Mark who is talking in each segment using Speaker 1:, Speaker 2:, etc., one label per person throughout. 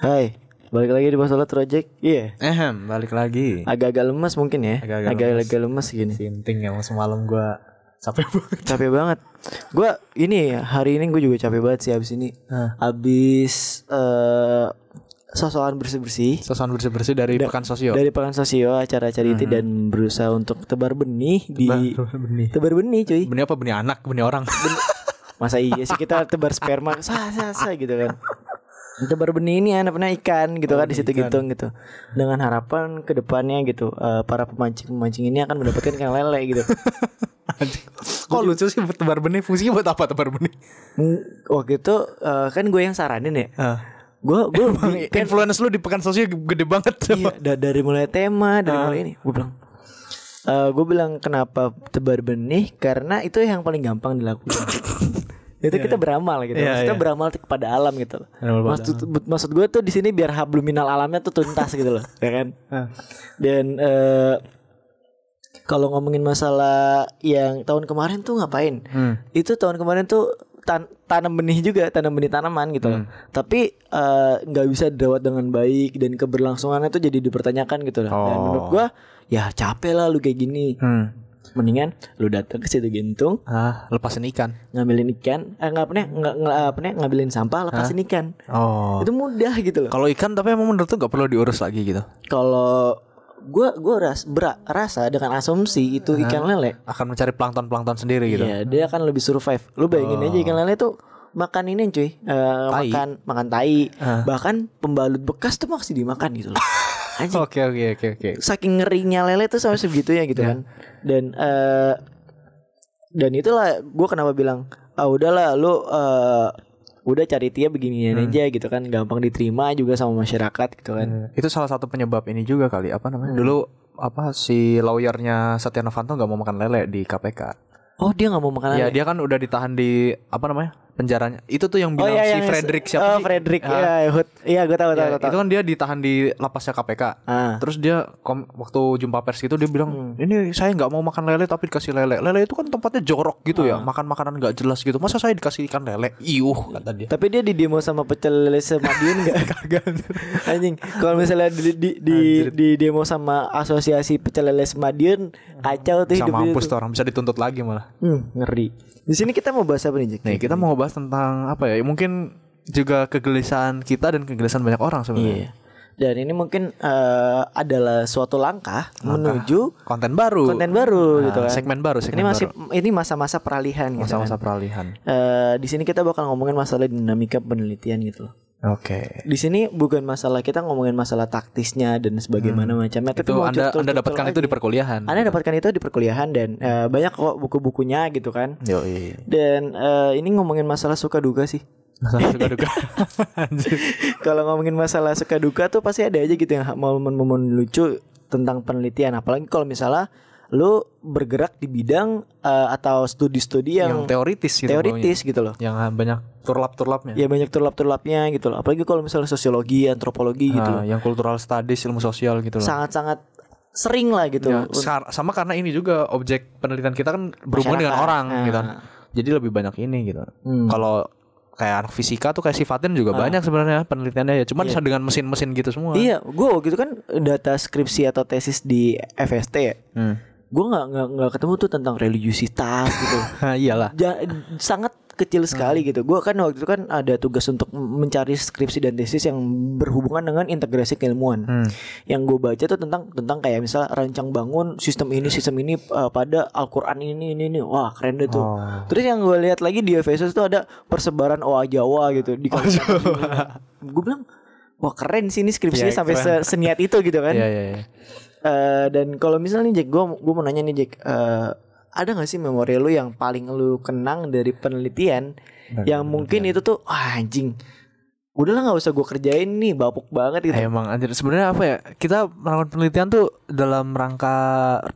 Speaker 1: Hai, balik lagi di Basolat Project. Iya.
Speaker 2: Ehem, balik lagi.
Speaker 1: Agak-agak lemas mungkin ya.
Speaker 2: Agak-agak
Speaker 1: Agak-agak lemas gini.
Speaker 2: Sinting yang semalam gua capek banget.
Speaker 1: Capek banget. Gua ini hari ini gue juga capek banget sih abis ini.
Speaker 2: Hah.
Speaker 1: Abis eh sosokan bersih-bersih
Speaker 2: Sosokan bersih-bersih dari pekan sosio.
Speaker 1: dari pekan sosio acara-acara itu dan berusaha untuk tebar benih di
Speaker 2: Mm-hmm. benih.
Speaker 1: tebar benih cuy.
Speaker 2: Benih apa benih anak, benih orang.
Speaker 1: Masa iya sih kita tebar sperma sah sah sah gitu kan. Tebar benih ini anak pernah ikan gitu kan di situ gitu gitu. Dengan harapan ke depannya gitu eh, para pemancing-pemancing ini akan mendapatkan ikan lele gitu.
Speaker 2: Kok lucu sih buat tebar benih? Fungsinya buat apa tebar benih?
Speaker 1: Hmm, Waktu itu eh, kan gue yang saranin ya.
Speaker 2: Heeh.
Speaker 1: Gue gue
Speaker 2: iya. Influence lu di pekan sosio gede banget.
Speaker 1: iya, da- dari mulai tema dari mulai ini gue bilang eh, gue bilang kenapa tebar benih karena itu yang paling gampang dilakukan itu kita beramal gitu
Speaker 2: Iya,
Speaker 1: maksudnya
Speaker 2: iya.
Speaker 1: beramal te- kepada alam gitu loh
Speaker 2: Beramal pada
Speaker 1: maksud maksud gue tuh di sini biar habluminal alamnya tuh tuntas gitu loh ya kan
Speaker 2: Ah.
Speaker 1: dan eh, kalau ngomongin masalah yang tahun kemarin tuh ngapain
Speaker 2: Hmm.
Speaker 1: itu tahun kemarin tuh tan- tanam benih juga tanam benih tanaman gitu loh
Speaker 2: Hmm.
Speaker 1: tapi eh, nggak bisa dirawat dengan baik dan keberlangsungannya tuh jadi dipertanyakan gitu loh dan
Speaker 2: Oh. Hmm.
Speaker 1: menurut gua ya capek lah lu kayak gini mendingan lu datang ke situ gentung
Speaker 2: Ah, lepasin ikan.
Speaker 1: ngambilin ikan eh, nggak apa nih nggak nggak apa nih ngambilin sampah lepasin ikan
Speaker 2: Oh.
Speaker 1: itu mudah gitu loh
Speaker 2: Kalau ikan tapi emang menurut tuh gak perlu diurus lagi gitu.
Speaker 1: kalau gua gua ras bera- rasa dengan asumsi itu ikan lele
Speaker 2: Akan mencari plankton-plankton sendiri gitu. Oh.
Speaker 1: Iya, dia akan lebih survive. Lu bayangin aja ikan lele tuh makan ini cuy, Eh, makan makan tai, bahkan pembalut bekas tuh masih dimakan gitu loh. Anjing,
Speaker 2: Oke, oke, oke, oke.
Speaker 1: saking ngerinya lele tuh sampai segitu ya gitu kan. Dan eh dan itulah gue kenapa bilang, ah udahlah lu eh udah cari dia beginian
Speaker 2: Hmm.
Speaker 1: aja gitu kan, gampang diterima juga sama masyarakat gitu kan.
Speaker 2: Itu salah satu penyebab ini juga kali apa namanya? Dulu apa si lawyernya Setia Novanto nggak mau makan lele di KPK?
Speaker 1: Oh dia nggak mau makan lele.
Speaker 2: Ya dia kan udah ditahan di apa namanya penjaranya. Itu tuh yang bilang si
Speaker 1: Oh, yang-
Speaker 2: Frederick siapa
Speaker 1: oh,
Speaker 2: sih?
Speaker 1: Frederick,
Speaker 2: Ah,
Speaker 1: ya, Hud- iya gue tahu tahu
Speaker 2: ya,
Speaker 1: tahu. tahu.
Speaker 2: itu kan dia ditahan di lapasnya KPK.
Speaker 1: Ah. Hmm.
Speaker 2: Terus dia kom- waktu jumpa pers gitu dia bilang ini saya nggak mau makan lele tapi dikasih lele. Lele itu kan tempatnya jorok gitu ya.
Speaker 1: Ah.
Speaker 2: Makan makanan nggak jelas gitu. Masa saya dikasih ikan lele? Iuh kata dia.
Speaker 1: Tapi dia di demo sama pecel lele semadiun enggak? Kagak. Anjing, kalau misalnya di di, di, di demo sama asosiasi pecel lele semadiun
Speaker 2: Hmm.
Speaker 1: kacau tuh
Speaker 2: Bisa
Speaker 1: hidup dia
Speaker 2: mampus
Speaker 1: tuh.
Speaker 2: tuh orang bisa dituntut lagi malah.
Speaker 1: Hmm, ngeri. Di sini kita mau bahas apa nih, Jack?
Speaker 2: Nih, kita mau ngebahas tentang apa ya? Mungkin juga kegelisahan kita dan kegelisahan banyak orang sebenarnya.
Speaker 1: Iya. Dan ini mungkin eh, adalah suatu langkah, menuju
Speaker 2: Konten baru.
Speaker 1: konten baru
Speaker 2: Nah,
Speaker 1: gitu kan.
Speaker 2: segmen baru,
Speaker 1: ini
Speaker 2: segmen
Speaker 1: masih ini masa-masa peralihan gitu kan.
Speaker 2: Masa-masa peralihan.
Speaker 1: Eh, di sini kita bakal ngomongin masalah dinamika penelitian gitu loh.
Speaker 2: Oke.
Speaker 1: Di sini bukan masalah kita ngomongin masalah taktisnya dan sebagaimana macamnya. tapi
Speaker 2: Hmm. Itu
Speaker 1: mau
Speaker 2: Anda
Speaker 1: cetul-cetul
Speaker 2: Anda dapatkan itu di
Speaker 1: lagi.
Speaker 2: perkuliahan.
Speaker 1: Anda dapatkan itu di perkuliahan dan eh, banyak kok buku-bukunya gitu kan.
Speaker 2: Yoi.
Speaker 1: Dan eh, ini ngomongin masalah suka duka sih.
Speaker 2: Masalah suka duka. Anjir.
Speaker 1: Kalau ngomongin masalah suka duka tuh pasti ada aja gitu yang momen-momen lucu tentang penelitian. Apalagi kalau misalnya lu bergerak di bidang eh, atau studi-studi
Speaker 2: Yang
Speaker 1: yang,
Speaker 2: teoritis gitu Iya,
Speaker 1: teoritis gitu loh.
Speaker 2: baunya. Yang banyak turlap-turlapnya.
Speaker 1: Ya banyak turlap-turlapnya gitu loh. Apalagi kalau misalnya sosiologi, antropologi gitu loh.
Speaker 2: Nah, yang cultural studies, ilmu sosial gitu loh.
Speaker 1: Sangat-sangat sering lah gitu.
Speaker 2: Ya, sar- sama karena ini juga objek penelitian kita kan berhubungan dengan orang gitu. Jadi lebih banyak ini gitu. Kalau kayak anak fisika tuh kayak sifatin juga banyak sebenarnya penelitiannya ya. Cuman dengan mesin-mesin gitu semua.
Speaker 1: Iya, gue waktu itu kan data skripsi atau tesis di FST ya.
Speaker 2: Hmm.
Speaker 1: Gue nggak nggak nggak ketemu tuh tentang religiusitas gitu.
Speaker 2: Hah, iyalah.
Speaker 1: Ja- sangat kecil sekali
Speaker 2: Hmm.
Speaker 1: gitu. Gue kan waktu itu kan ada tugas untuk mencari skripsi dan tesis yang berhubungan dengan integrasi keilmuan.
Speaker 2: Hmm.
Speaker 1: Yang gue baca tuh tentang tentang kayak misalnya rancang bangun sistem ini sistem ini uh, pada Al-Qur'an ini ini ini. Wah, keren deh tuh.
Speaker 2: Oh.
Speaker 1: Terus yang gue lihat lagi di Efesus tuh ada persebaran OA Jawa gitu di Gue bilang, wah keren sih ini skripsinya
Speaker 2: Oh, Iya,
Speaker 1: sampai se- seniat itu gitu kan.
Speaker 2: Iya, iya, iya.
Speaker 1: Eh, dan kalau misalnya nih Jack, gue gue mau nanya nih Jack, eh, ada nggak sih memori lu yang paling lu kenang dari penelitian yang mungkin itu tuh "Wah, anjing, udahlah nggak usah gue kerjain nih, bapuk banget gitu.
Speaker 2: Eh, emang anjir sebenarnya apa ya kita melakukan penelitian tuh dalam rangka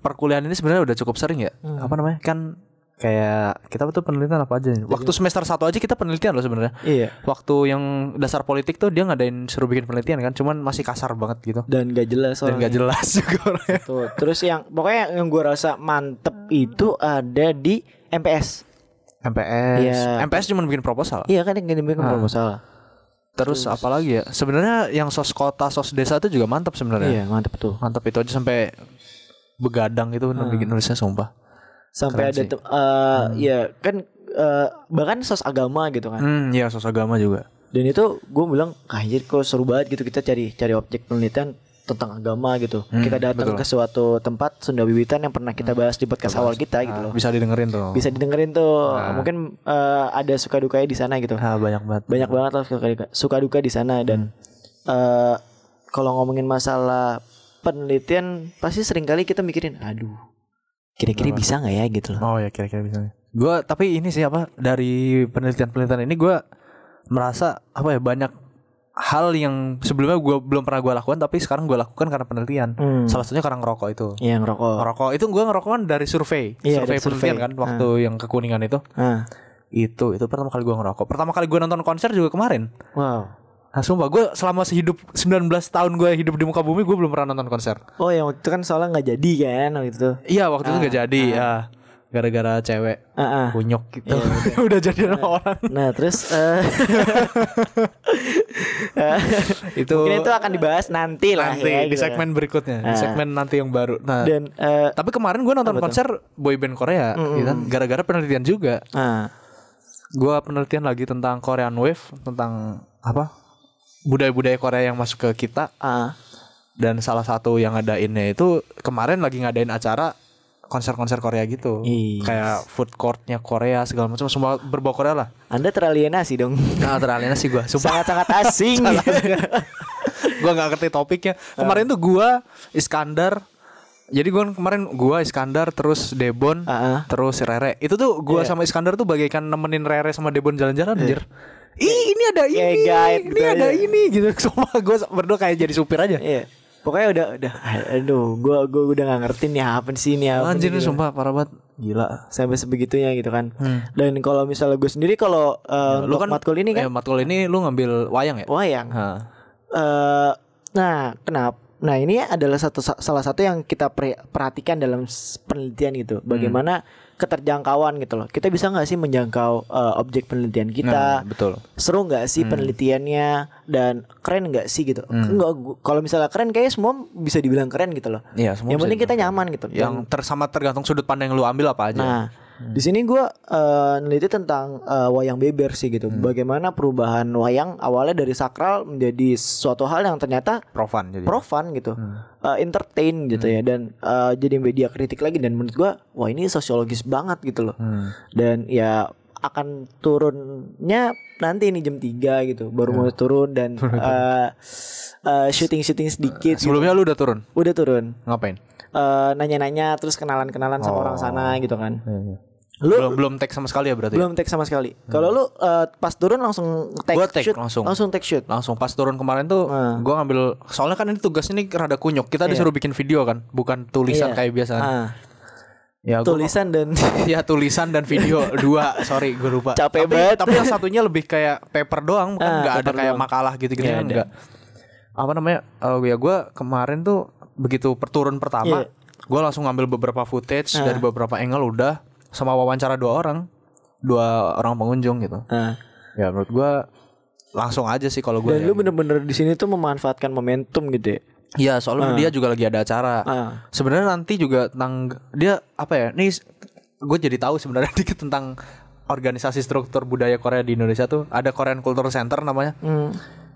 Speaker 2: perkuliahan ini sebenarnya udah cukup sering ya apa namanya kan kayak kita tuh penelitian apa aja nih? Iya. waktu semester satu aja kita penelitian loh sebenarnya
Speaker 1: Iya.
Speaker 2: waktu yang dasar politik tuh dia ngadain suruh bikin penelitian kan cuman masih kasar banget gitu
Speaker 1: Dan gak jelas
Speaker 2: dan
Speaker 1: orangnya.
Speaker 2: nggak jelas juga orangnya.
Speaker 1: Tuh. Terus yang pokoknya yang gue rasa mantep itu ada di MPS.
Speaker 2: MPS
Speaker 1: Iya.
Speaker 2: MPS cuman bikin proposal Iya, Ah.
Speaker 1: Iya kan yang gini bikin kalau nggak salah.
Speaker 2: Terus apalagi ya? Sebenarnya yang sos kota, sos desa itu juga mantap
Speaker 1: Iya,
Speaker 2: sebenarnya.
Speaker 1: mantep tuh.
Speaker 2: Mantap itu aja sampai begadang itu nulis nulisnya sumpah.
Speaker 1: Sampai
Speaker 2: Keren
Speaker 1: ada
Speaker 2: sih. Hmm.
Speaker 1: tem- eh, ya kan eh, bahkan sos agama gitu kan.
Speaker 2: Hmm, iya sos agama juga.
Speaker 1: Dan itu gue bilang, "Ah, anjir kok seru banget gitu kita cari cari objek penelitian tentang agama gitu. kita datang ke suatu tempat Sunda Wiwitan yang pernah kita bahas di podcast awal Hmm, kita gitu loh.
Speaker 2: Bisa didengerin tuh.
Speaker 1: Bisa didengerin tuh. Mungkin eh, ada suka dukanya di sana gitu.
Speaker 2: Ah, banyak banget.
Speaker 1: banyak banget lah suka duka, suka duka di sana dan eh, kalau ngomongin masalah penelitian pasti seringkali kita mikirin aduh kira-kira bisa nggak ya gitu loh
Speaker 2: Oh ya kira-kira bisa. Gue tapi ini sih apa dari penelitian-penelitian ini gue merasa apa ya banyak hal yang sebelumnya gue belum pernah gue lakukan tapi sekarang gue lakukan karena penelitian.
Speaker 1: Hmm.
Speaker 2: Salah satunya karena ngerokok itu.
Speaker 1: yang rokok
Speaker 2: Ngerokok itu gue ngerokok kan dari survei,
Speaker 1: Iya, dari
Speaker 2: survei
Speaker 1: survei.
Speaker 2: penelitian kan waktu yang ke kuningan itu.
Speaker 1: ah
Speaker 2: Itu itu pertama kali gue ngerokok. Pertama kali gue nonton konser juga kemarin.
Speaker 1: wow
Speaker 2: Nah, sumpah gue selama sehidup 19 tahun gue hidup di muka bumi gue belum pernah nonton konser.
Speaker 1: oh yang waktu itu kan soalnya nggak jadi kan waktu itu
Speaker 2: Iya waktu itu nggak jadi ya gara-gara cewek
Speaker 1: ah ah.
Speaker 2: kunyok gitu udah jadi sama orang
Speaker 1: nah terus eh,
Speaker 2: itu
Speaker 1: mungkin itu akan dibahas nanti lah
Speaker 2: Oh. nanti
Speaker 1: ya,
Speaker 2: di
Speaker 1: gitu.
Speaker 2: segmen berikutnya di
Speaker 1: Ah.
Speaker 2: segmen nanti yang baru nah
Speaker 1: dan eh,
Speaker 2: tapi kemarin gue nonton konser boyband Korea gitu kan. gara-gara penelitian juga
Speaker 1: ah
Speaker 2: gue penelitian lagi tentang Korean Wave tentang apa budaya-budaya Korea yang masuk ke kita
Speaker 1: ah
Speaker 2: dan salah satu yang ngadainnya itu kemarin lagi ngadain acara konser-konser Korea gitu
Speaker 1: Yes.
Speaker 2: kayak food courtnya Korea segala macam semua berbau Korea lah
Speaker 1: anda teralienasi dong
Speaker 2: nah teralienasi gue
Speaker 1: sangat-sangat asing
Speaker 2: gua nggak ngerti topiknya kemarin tuh gua Iskandar jadi gua kan kemarin gua Iskandar terus Debon
Speaker 1: Ah, Iya. ah.
Speaker 2: terus Rere itu tuh gua sama Iskandar tuh bagaikan nemenin Rere sama Debon jalan-jalan anjir Ih ini ada ini,
Speaker 1: Iya. Kayak guide
Speaker 2: ini
Speaker 1: gitu
Speaker 2: ada
Speaker 1: aja.
Speaker 2: ini gitu. Semua gue berdua kayak jadi supir aja.
Speaker 1: Iya. Pokoknya udah udah aduh gua gua udah gak ngerti nih apa sih ini apa
Speaker 2: Anjir
Speaker 1: nih,
Speaker 2: ini
Speaker 1: gitu.
Speaker 2: sumpah parah banget. Gila.
Speaker 1: sampai sebegitunya gitu kan. Dan kalau misalnya gue sendiri kalau uh,
Speaker 2: Hmm. Lu
Speaker 1: untuk
Speaker 2: kan
Speaker 1: matkul ini kan Oh.
Speaker 2: eh, matkul ini lu ngambil wayang ya?
Speaker 1: wayang.
Speaker 2: Hah.
Speaker 1: Eh, nah, kenapa? Nah, ini adalah satu sa- salah satu yang kita per- perhatikan dalam s- penelitian gitu.
Speaker 2: Hmm.
Speaker 1: Bagaimana keterjangkauan gitu loh. Kita bisa nggak sih menjangkau eh, objek penelitian kita?
Speaker 2: Nah, Hmm. betul.
Speaker 1: seru nggak sih penelitiannya dan keren nggak sih gitu
Speaker 2: Hmm.
Speaker 1: enggak gua- kalau misalnya keren kayaknya semua bisa dibilang keren gitu loh
Speaker 2: Iya, semua
Speaker 1: yang
Speaker 2: bisa
Speaker 1: penting kita nyaman gitu Dan-
Speaker 2: Yang ya. Hmm. tersama tergantung sudut pandang yang lu ambil apa aja.
Speaker 1: nah di sini gue neliti tentang eh, wayang beber sih gitu
Speaker 2: Hmm.
Speaker 1: bagaimana perubahan wayang awalnya dari sakral menjadi suatu hal yang ternyata
Speaker 2: Profan jadi.
Speaker 1: profan gitu Eh, entertain gitu ya dan eh, jadi media kritik lagi dan menurut gua wah ini sosiologis banget gitu loh
Speaker 2: Hmm.
Speaker 1: dan ya akan turunnya nanti ini jam 3 gitu baru mau turun dan syuting syuting sedikit gitu.
Speaker 2: Sebelumnya lu udah turun.
Speaker 1: udah turun
Speaker 2: Ngapain?
Speaker 1: Eh, nanya-nanya terus kenalan-kenalan sama orang sana gitu kan Lu-
Speaker 2: belum belum tag sama sekali ya berarti.
Speaker 1: belum take sama sekali kalau lu eh, pas turun langsung take
Speaker 2: Gua take
Speaker 1: shoot
Speaker 2: langsung.
Speaker 1: take shoot
Speaker 2: Langsung pas turun kemarin tuh
Speaker 1: Nah.
Speaker 2: gua ngambil soalnya kan ini tugas ini rada kunyuk. Kita disuruh bikin video kan, bukan
Speaker 1: Iya.
Speaker 2: tulisan kayak biasa.
Speaker 1: Ah,
Speaker 2: Ya gua
Speaker 1: tulisan dan
Speaker 2: ya tulisan dan video dua, sorry gue lupa.
Speaker 1: Capek
Speaker 2: tapi,
Speaker 1: banget.
Speaker 2: Tapi yang satunya lebih kayak paper doang, bukan
Speaker 1: Ah,
Speaker 2: nggak ada
Speaker 1: paper
Speaker 2: kayak
Speaker 1: doang.
Speaker 2: makalah gitu-gitu
Speaker 1: Nggak
Speaker 2: kan,
Speaker 1: ada.
Speaker 2: nggak. Apa namanya? Eh, ya gua kemarin tuh begitu perturun
Speaker 1: Iya. Ah.
Speaker 2: pertama, gua langsung ngambil beberapa footage dari beberapa angle udah sama wawancara dua orang, dua orang pengunjung gitu.
Speaker 1: Ah.
Speaker 2: Ya menurut gua langsung aja sih kalau ya.
Speaker 1: Dan
Speaker 2: gue.
Speaker 1: lu bener-bener di sini tuh memanfaatkan momentum gitu ya.
Speaker 2: Iya, soalnya dia juga lagi ada acara.
Speaker 1: Ah.
Speaker 2: Sebenarnya nanti juga tentang dia apa ya? Nih gue jadi tahu sebenarnya dikit tentang organisasi struktur budaya Korea di Indonesia tuh ada Korean Culture Center namanya.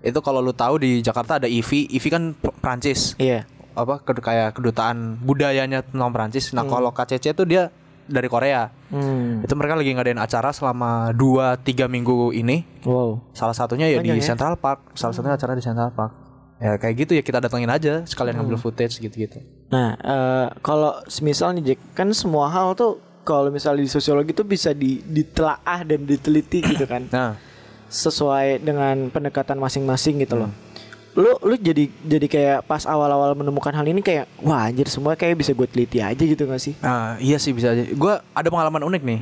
Speaker 2: Itu kalau lu tahu di Jakarta ada IVI, IVI kan P- Prancis.
Speaker 1: Iya.
Speaker 2: Apa ke- kayak kedutaan budayanya tentang Prancis. Nah, kalau KCC tuh dia dari Korea. Itu mereka lagi ngadain acara selama 2-3 minggu ini.
Speaker 1: Wow.
Speaker 2: Salah satunya ya di Central Park, salah satunya acara di Central Park. Ya kayak gitu ya kita datengin aja sekalian ngambil footage gitu-gitu.
Speaker 1: Nah, eh, kalau semisal nih Jack, kan semua hal tuh kalau misalnya di sosiologi tuh bisa di, ditelaah dan diteliti gitu kan,
Speaker 2: Nah,
Speaker 1: sesuai dengan pendekatan masing-masing gitu loh. Lu lu jadi jadi kayak pas awal-awal menemukan hal ini kayak wah anjir semua kayak bisa gue teliti aja gitu gak sih?
Speaker 2: nah iya sih bisa aja. Gua ada pengalaman unik nih.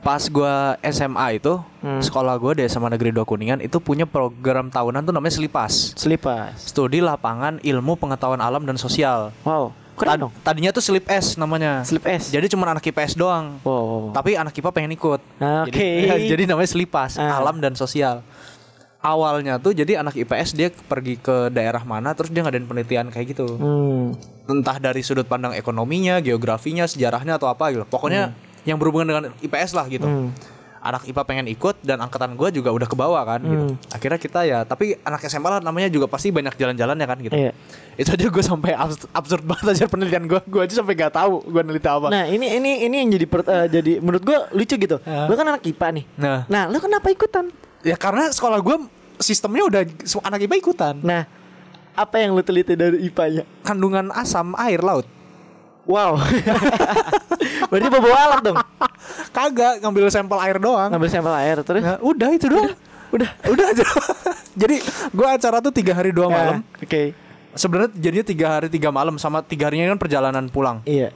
Speaker 2: Pas gua SMA itu, sekolah gua di SMA Negeri Dua Kuningan itu punya program tahunan tuh namanya Selipas.
Speaker 1: Selipas.
Speaker 2: Studi Lapangan Ilmu Pengetahuan Alam dan Sosial.
Speaker 1: Wow.
Speaker 2: Tad-
Speaker 1: Keren dong.
Speaker 2: Tadinya tuh Slip S namanya.
Speaker 1: Slip S.
Speaker 2: Jadi cuma anak IPS doang.
Speaker 1: Wow. wow, wow.
Speaker 2: Tapi anak IPA pengen ikut.
Speaker 1: Oke.
Speaker 2: Jadi, jadi namanya selipas,
Speaker 1: Ah.
Speaker 2: alam dan sosial. awalnya tuh jadi anak IPS dia pergi ke daerah mana terus dia ngadain penelitian kayak gitu.
Speaker 1: Hmm.
Speaker 2: Entah dari sudut pandang ekonominya, geografinya, sejarahnya atau apa gitu. Pokoknya
Speaker 1: Hmm.
Speaker 2: yang berhubungan dengan IPS lah gitu. Anak IPA pengen ikut dan angkatan gua juga udah ke bawah kan gitu.
Speaker 1: Hmm.
Speaker 2: Akhirnya kita ya, tapi anak SMA lah namanya juga pasti banyak jalan-jalannya kan gitu.
Speaker 1: Iya.
Speaker 2: Itu aja gue sampai abs- absurd banget aja penelitian gua. Gua aja sampai gak tahu gua neliti apa.
Speaker 1: Nah ini ini ini yang jadi per- eh, jadi menurut gue lucu gitu.
Speaker 2: Ah.
Speaker 1: Lu kan anak IPA nih.
Speaker 2: Nah.
Speaker 1: Nah lu kenapa ikutan?
Speaker 2: Ya karena sekolah gua sistemnya udah semua anak IPA ikutan.
Speaker 1: Nah apa yang lu teliti dari IPA-nya?
Speaker 2: Kandungan asam air laut.
Speaker 1: Wow. Berarti bawa alat dong.
Speaker 2: Kagak ngambil sampel air doang.
Speaker 1: Ngambil sampel air terus.
Speaker 2: Nah, udah itu doang. Udah, udah aja. Jadi gua acara tuh tiga hari dua malam.
Speaker 1: Nah, Oke.
Speaker 2: Sebenarnya jadinya tiga hari tiga malam sama tiga harinya kan perjalanan pulang.
Speaker 1: Iya.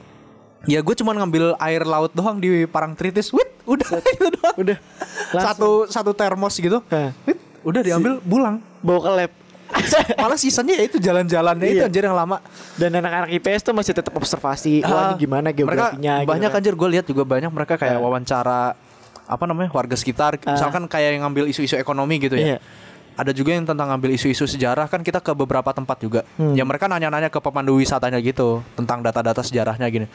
Speaker 2: Ya gue cuma ngambil air laut doang di Parangtritis. Wit, udah itu doang.
Speaker 1: Udah. Langsung.
Speaker 2: Satu satu termos gitu.
Speaker 1: Hah.
Speaker 2: Wit, udah diambil pulang.
Speaker 1: Bawa ke lab.
Speaker 2: Malah sisanya ya itu jalan-jalannya itu
Speaker 1: Iya.
Speaker 2: anjir yang lama.
Speaker 1: Dan anak-anak IPS tuh masih tetap observasi. Wah ini
Speaker 2: Ah,
Speaker 1: gimana Iya. geografinya?
Speaker 2: mereka banyak kan.
Speaker 1: gitu
Speaker 2: anjir gue lihat juga banyak mereka kayak wawancara apa namanya warga sekitar misalkan kayak yang ngambil isu-isu ekonomi gitu ya
Speaker 1: Ah. Iya.
Speaker 2: ada juga yang tentang ngambil isu-isu sejarah kan kita ke beberapa tempat juga
Speaker 1: Hmm.
Speaker 2: ya mereka nanya-nanya ke pemandu wisatanya gitu tentang data-data sejarahnya gini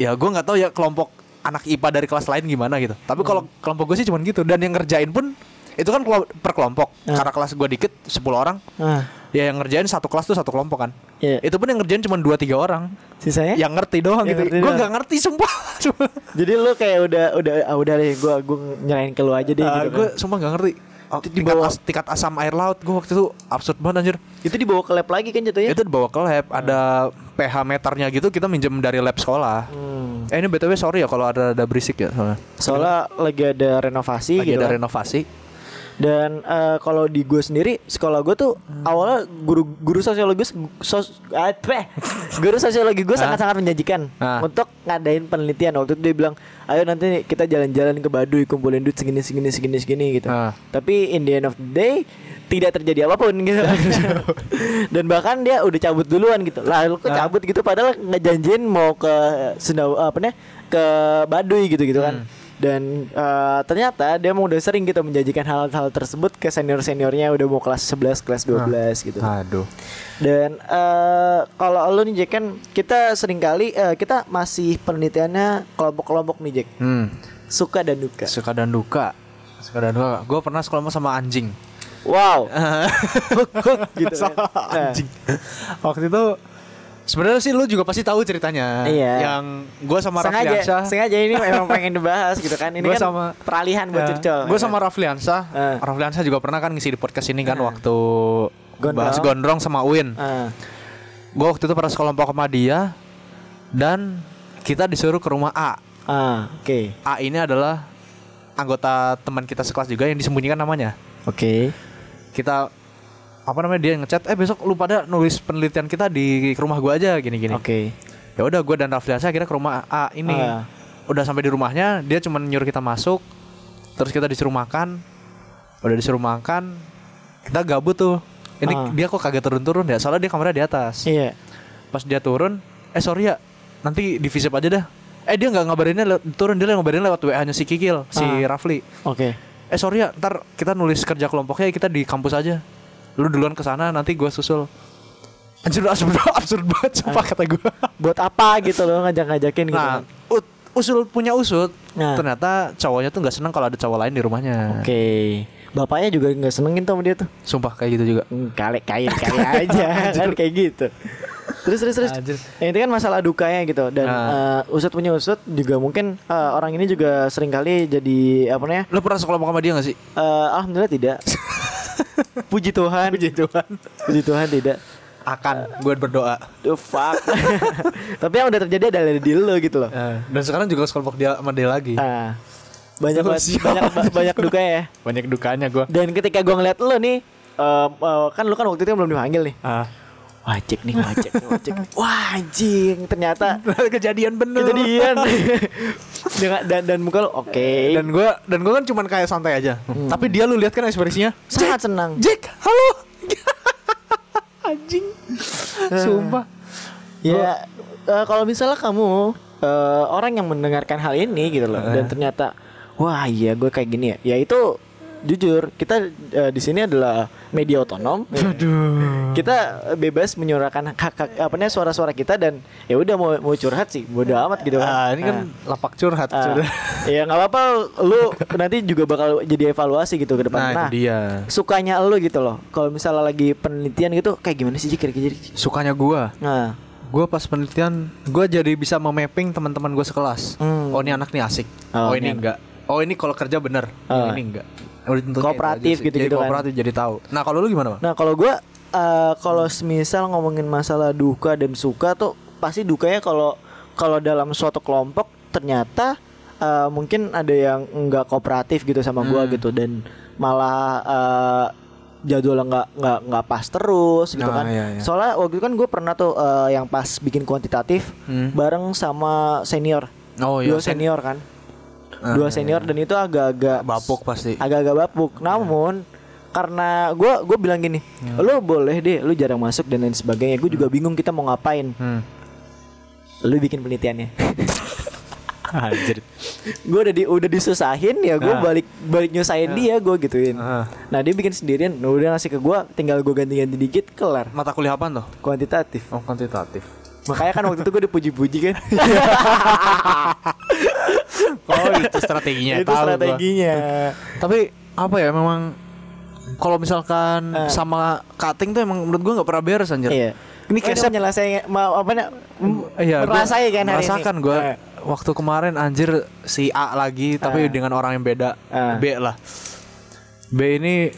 Speaker 2: ya gue nggak tahu ya kelompok anak IPA dari kelas lain gimana gitu tapi kalau
Speaker 1: Hmm.
Speaker 2: kelompok gue sih cuman gitu dan yang ngerjain pun itu kan kelo- per kelompok karena kelas gue dikit 10 orang
Speaker 1: Ah,
Speaker 2: ya yang ngerjain satu kelas tuh satu kelompok kan
Speaker 1: Iya.
Speaker 2: itu pun yang ngerjain cuma 2-3 orang
Speaker 1: sisanya?
Speaker 2: yang ngerti doang
Speaker 1: Eh? Yang
Speaker 2: gitu.
Speaker 1: ngerti
Speaker 2: Gue
Speaker 1: doang.
Speaker 2: nggak ngerti sumpah. Cuma,
Speaker 1: Jadi lu kayak udah udah ah, udah deh gue gue nyerahin ke lu aja deh gitu.
Speaker 2: gue
Speaker 1: kan.
Speaker 2: sumpah nggak ngerti. Oh, tingkat,
Speaker 1: bawah-
Speaker 2: as- tingkat asam air laut gue waktu itu absurd banget anjir.
Speaker 1: Itu dibawa ke lab lagi kan jatuhnya?
Speaker 2: Itu dibawa ke lab,
Speaker 1: Hmm.
Speaker 2: ada pH meternya gitu kita minjem dari lab sekolah. Eh ini btw sorry ya kalau ada ada berisik ya soalnya.
Speaker 1: Hmm. Soalnya lagi ada renovasi
Speaker 2: Lagi
Speaker 1: gitu.
Speaker 2: ada
Speaker 1: kan.
Speaker 2: renovasi.
Speaker 1: Dan eh, kalau di gue sendiri sekolah gue tuh awalnya guru guru sosiologis sos, ah, teh. guru sosiologi gue sangat-sangat menjanjikan
Speaker 2: Ah.
Speaker 1: untuk ngadain penelitian waktu itu dia bilang ayo nanti kita jalan-jalan ke Baduy kumpulin duit segini segini segini segini gitu.
Speaker 2: Ah.
Speaker 1: Tapi in the end of the day tidak terjadi apapun gitu. Dan bahkan dia udah cabut duluan gitu. Lalu kok cabut gitu padahal ngejanjiin mau ke Sendawa apa nih ke Baduy gitu-gitu kan. Dan eh, ternyata dia mau udah sering gitu menjanjikan hal-hal tersebut ke senior-seniornya udah mau kelas 11, kelas 12 gitu.
Speaker 2: Ah. Aduh.
Speaker 1: Dan eh, kalau lo nih Jack kan kita seringkali eh, kita masih penelitiannya kelompok-kelompok nih Jack.
Speaker 2: Hmm.
Speaker 1: Suka dan duka.
Speaker 2: Suka dan duka. Suka dan duka. Gue pernah sekolah sama anjing.
Speaker 1: Wow. Hook, hook, gitu kan.
Speaker 2: Sama
Speaker 1: Nah.
Speaker 2: anjing. Waktu itu sebenarnya sih lu juga pasti tahu ceritanya.
Speaker 1: Iya.
Speaker 2: Yang gue sama
Speaker 1: sengaja
Speaker 2: Rafliansyah
Speaker 1: sengaja ini memang pengen dibahas gitu kan ini
Speaker 2: Gua
Speaker 1: kan
Speaker 2: sama-
Speaker 1: peralihan buat curcol
Speaker 2: Gue sama Rafliansa
Speaker 1: Eh.
Speaker 2: Rafliansa juga pernah kan ngisi di podcast ini kan Waktu
Speaker 1: Gondrong.
Speaker 2: bahas Gondrong sama Uin
Speaker 1: Ah,
Speaker 2: Gue waktu itu pernah sekelompok sama dia Dan kita disuruh ke rumah A
Speaker 1: ah, oke
Speaker 2: A ini adalah anggota teman kita sekelas juga yang disembunyikan namanya
Speaker 1: oke
Speaker 2: Kita apa namanya dia ngechat eh besok lu pada nulis penelitian kita di rumah gua aja gini gini
Speaker 1: oke
Speaker 2: ya udah gue dan Rafliansa akhirnya ke rumah A ini
Speaker 1: Ah.
Speaker 2: udah sampai di rumahnya dia cuma nyuruh kita masuk terus kita disuruh makan udah disuruh makan kita gabut tuh ini
Speaker 1: Ah.
Speaker 2: dia kok kagak turun-turun ya soalnya dia kamarnya di atas
Speaker 1: iya
Speaker 2: pas dia turun eh sorry ya nanti di visip aja dah eh dia nggak ngabarinnya le- turun dia ngabarin lewat WA nya si Kikil si
Speaker 1: Ah.
Speaker 2: Rafli
Speaker 1: oke
Speaker 2: eh sorry ya ntar kita nulis kerja kelompoknya kita di kampus aja lu duluan ke sana nanti gue susul anjir absurd absurd banget sumpah kata gue
Speaker 1: buat apa gitu loh ngajak-ngajakin gitu
Speaker 2: Nah,
Speaker 1: kan
Speaker 2: ut- usul punya usut.
Speaker 1: Nah.
Speaker 2: Ternyata cowoknya tuh nggak seneng kalau ada cowok lain di rumahnya.
Speaker 1: oke bapaknya juga nggak senengin tuh sama dia tuh
Speaker 2: Sumpah kayak gitu juga.
Speaker 1: Hmm, kali kain kain aja kan kayak gitu terus terus terus
Speaker 2: Anjir.
Speaker 1: Ya, itu kan masalah dukanya gitu dan
Speaker 2: Nah.
Speaker 1: eh, usut punya usut juga mungkin eh, orang ini juga seringkali jadi apa namanya
Speaker 2: Lo pernah sekolah sama dia gak sih?
Speaker 1: eh, alhamdulillah tidak puji Tuhan puji Tuhan puji Tuhan tidak
Speaker 2: Akan, gue berdoa.
Speaker 1: The fuck. Tapi yang udah terjadi adalah di lo gitu loh.
Speaker 2: dan sekarang juga sekelompok dia sama dia lagi.
Speaker 1: Ah. banyak banget,
Speaker 2: Sial.
Speaker 1: banyak ba- banyak duka ya.
Speaker 2: Banyak dukanya gue.
Speaker 1: Dan ketika gua ngeliat lo nih, eh, eh, kan lo kan waktu itu belum dipanggil nih.
Speaker 2: Ah.
Speaker 1: Wajik nih, wajik nih, wajik. Wah, anjing. Ternyata
Speaker 2: kejadian bener.
Speaker 1: kejadian. Dengan- dan dan muka lo oke.
Speaker 2: Dan gue dan gue kan cuman kayak santai aja.
Speaker 1: Hmm.
Speaker 2: Tapi dia lu lihat kan ekspresinya.
Speaker 1: sangat senang.
Speaker 2: Jack, halo. Anjing. Sumpah.
Speaker 1: Ya, eh, kalau misalnya kamu eh,
Speaker 2: Eh.
Speaker 1: orang yang mendengarkan hal ini gitu loh, dan ternyata, wah iya gue kayak gini ya, ya itu jujur kita eh, di sini adalah media otonom.
Speaker 2: Hmm.
Speaker 1: ya.
Speaker 2: Aduh.
Speaker 1: Kita bebas menyuarakan hak hak apa namanya, suara-suara kita dan ya udah mau mau curhat sih, bodo amat gitu kan.
Speaker 2: Ah, ini kan lapak curhat
Speaker 1: Ah,
Speaker 2: curhat.
Speaker 1: ya nggak apa-apa lu nanti juga bakal jadi evaluasi gitu ke
Speaker 2: Nah,
Speaker 1: depan.
Speaker 2: itu dia.
Speaker 1: sukanya lu gitu loh. Kalau misalnya lagi penelitian gitu kayak gimana sih Jik, kira-kira? Jik?
Speaker 2: Sukanya gua.
Speaker 1: Nah,
Speaker 2: Gua pas penelitian, gua jadi bisa memapping teman-teman gua sekelas.
Speaker 1: Hmm.
Speaker 2: Oh, ini anak nih asik.
Speaker 1: Oh,
Speaker 2: Oh,
Speaker 1: ini
Speaker 2: ini
Speaker 1: anak.
Speaker 2: enggak. Oh, ini kalau kerja bener. Oh,
Speaker 1: Ah.
Speaker 2: Ini enggak. Udah tentunya itu
Speaker 1: Kooperatif
Speaker 2: aja sih.
Speaker 1: gitu-gitu
Speaker 2: Jadi
Speaker 1: kan.
Speaker 2: kooperatif jadi tahu. Nah, kalau lu gimana, Bang?
Speaker 1: nah kalau gua eh, kalau semisal ngomongin masalah duka dan suka tuh pasti dukanya kalau kalau dalam suatu kelompok ternyata eh, mungkin ada yang nggak kooperatif gitu sama gua
Speaker 2: Hmm.
Speaker 1: gitu dan malah eh, jadwalnya nggak nggak nggak pas terus gitu
Speaker 2: Nah,
Speaker 1: kan.
Speaker 2: iya, iya.
Speaker 1: Soalnya waktu itu kan gue pernah tuh eh, yang pas bikin kuantitatif
Speaker 2: Hmm.
Speaker 1: bareng sama senior.
Speaker 2: Oh,
Speaker 1: dua
Speaker 2: iya.
Speaker 1: senior kan
Speaker 2: Ah,
Speaker 1: dua senior dan itu agak-agak
Speaker 2: Bapuk pasti.
Speaker 1: agak-agak bapuk
Speaker 2: Iya.
Speaker 1: namun karena gue gue bilang gini lu boleh deh lu jarang masuk dan lain sebagainya gue juga
Speaker 2: Iya.
Speaker 1: bingung kita mau ngapain
Speaker 2: Hmm.
Speaker 1: lu bikin penelitiannya
Speaker 2: Anjir.
Speaker 1: gue udah di udah disusahin ya gue
Speaker 2: Ah.
Speaker 1: balik balik
Speaker 2: Iya.
Speaker 1: nyusahin dia gue gituin
Speaker 2: Ah.
Speaker 1: nah dia bikin sendirian nah, udah ngasih ke gue tinggal gue ganti-ganti dikit kelar
Speaker 2: Mata kuliah apaan tuh?
Speaker 1: kuantitatif
Speaker 2: Oh, kuantitatif.
Speaker 1: makanya kan waktu itu gue dipuji-puji kan
Speaker 2: Oh, itu strateginya.
Speaker 1: itu
Speaker 2: tahu gua. Iya.
Speaker 1: strateginya
Speaker 2: Tapi apa ya memang kalau misalkan sama cutting tuh emang menurut gua nggak pernah beres anjir.
Speaker 1: Eh. Iya. Ini
Speaker 2: Ini konsep
Speaker 1: konsep menyelesaikan mau apa nih?
Speaker 2: Iya, gua
Speaker 1: merasai kan hari
Speaker 2: merasakan
Speaker 1: ini.
Speaker 2: gue
Speaker 1: Eh,
Speaker 2: waktu kemarin anjir si A lagi tapi dengan orang yang beda
Speaker 1: Ah.
Speaker 2: B lah B ini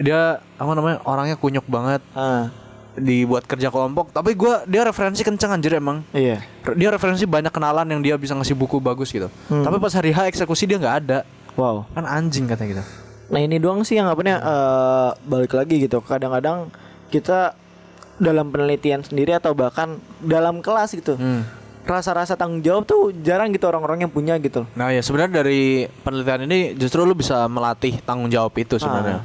Speaker 2: dia apa namanya orangnya kunyuk banget
Speaker 1: ah,
Speaker 2: dibuat kerja kelompok tapi gua dia referensi kenceng anjir emang
Speaker 1: iya.
Speaker 2: Re- dia referensi banyak kenalan yang dia bisa ngasih buku bagus gitu
Speaker 1: Hmm.
Speaker 2: tapi pas hari H eksekusi dia nggak ada
Speaker 1: Wow.
Speaker 2: kan anjing katanya gitu
Speaker 1: Nah ini doang sih yang apa nih? eh, balik lagi gitu. Kadang-kadang kita dalam penelitian sendiri atau bahkan dalam kelas gitu.
Speaker 2: Hmm.
Speaker 1: Rasa-rasa tanggung jawab tuh jarang gitu orang-orang yang punya gitu.
Speaker 2: nah ya sebenarnya dari penelitian ini justru lu bisa melatih tanggung jawab itu
Speaker 1: Ah.
Speaker 2: sebenarnya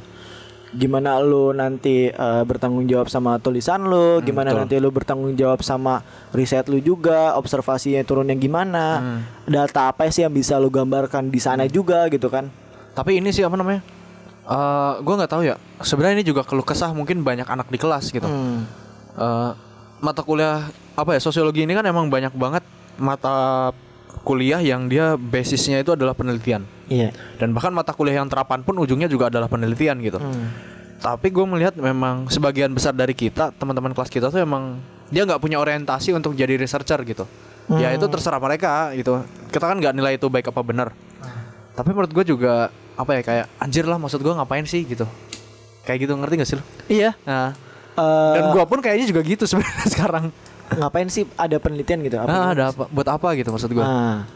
Speaker 1: Gimana lu nanti eh, bertanggung jawab sama tulisan lu, gimana
Speaker 2: betul.
Speaker 1: nanti lu bertanggung jawab sama riset lu juga, observasinya turunnya gimana, data apa sih yang bisa lu gambarkan di sana juga gitu kan.
Speaker 2: Tapi ini sih apa namanya? Eh gue nggak tahu ya. Sebenarnya ini juga keluh kesah mungkin banyak anak di kelas gitu.
Speaker 1: Hmm.
Speaker 2: Eh, mata kuliah apa ya sosiologi ini kan emang banyak banget mata kuliah yang dia basisnya itu adalah penelitian
Speaker 1: Iya.
Speaker 2: dan bahkan mata kuliah yang terapan pun ujungnya juga adalah penelitian gitu. Tapi gue melihat memang sebagian besar dari kita teman-teman kelas kita tuh emang dia nggak punya orientasi untuk jadi researcher gitu. Ya
Speaker 1: Hmm.
Speaker 2: itu terserah mereka gitu. Kita kan nggak nilai itu baik apa benar.
Speaker 1: Ah.
Speaker 2: Tapi menurut gue juga apa ya kayak anjir lah maksud gue ngapain sih gitu. Kayak gitu ngerti gak sih lo?
Speaker 1: Iya.
Speaker 2: Nah,
Speaker 1: Eh,
Speaker 2: dan gue pun kayaknya juga gitu sebenarnya sekarang.
Speaker 1: ngapain sih ada penelitian gitu? Apa
Speaker 2: Ah, ada apa? Buat apa gitu maksud gue?
Speaker 1: Ah.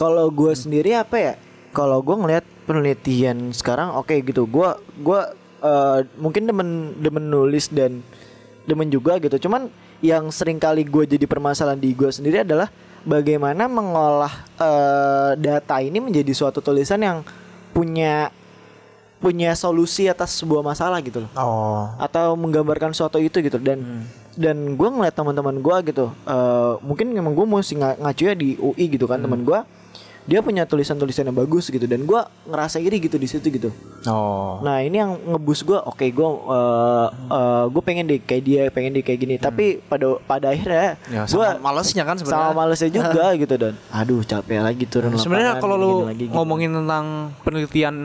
Speaker 1: Kalau gue sendiri apa ya? Kalau gue ngelihat penelitian sekarang oke gitu. Gue gua eh, mungkin demen demen nulis dan demen juga gitu. Cuman yang sering kali gue jadi permasalahan di gue sendiri adalah bagaimana mengolah eh, data ini menjadi suatu tulisan yang punya punya solusi atas sebuah masalah gitu loh
Speaker 2: Oh.
Speaker 1: atau menggambarkan suatu itu gitu dan
Speaker 2: Hmm.
Speaker 1: dan gue ngeliat teman-teman gue gitu eh, mungkin emang gue mesti nga- ngacu ya di UI gitu kan
Speaker 2: Hmm.
Speaker 1: teman gue dia punya tulisan-tulisan yang bagus gitu dan gue ngerasa iri gitu di situ gitu
Speaker 2: Oh.
Speaker 1: nah ini yang ngebus gue oke gue eh, eh, gue pengen deh kayak dia pengen deh kayak gini tapi pada pada akhirnya
Speaker 2: Hmm. Ya,
Speaker 1: gue
Speaker 2: sama malesnya kan
Speaker 1: sama
Speaker 2: sebenarnya.
Speaker 1: malesnya juga gitu dan aduh capek lagi turun lapangan
Speaker 2: Sebenarnya kalau lu
Speaker 1: gini lagi, gitu.
Speaker 2: ngomongin tentang penelitian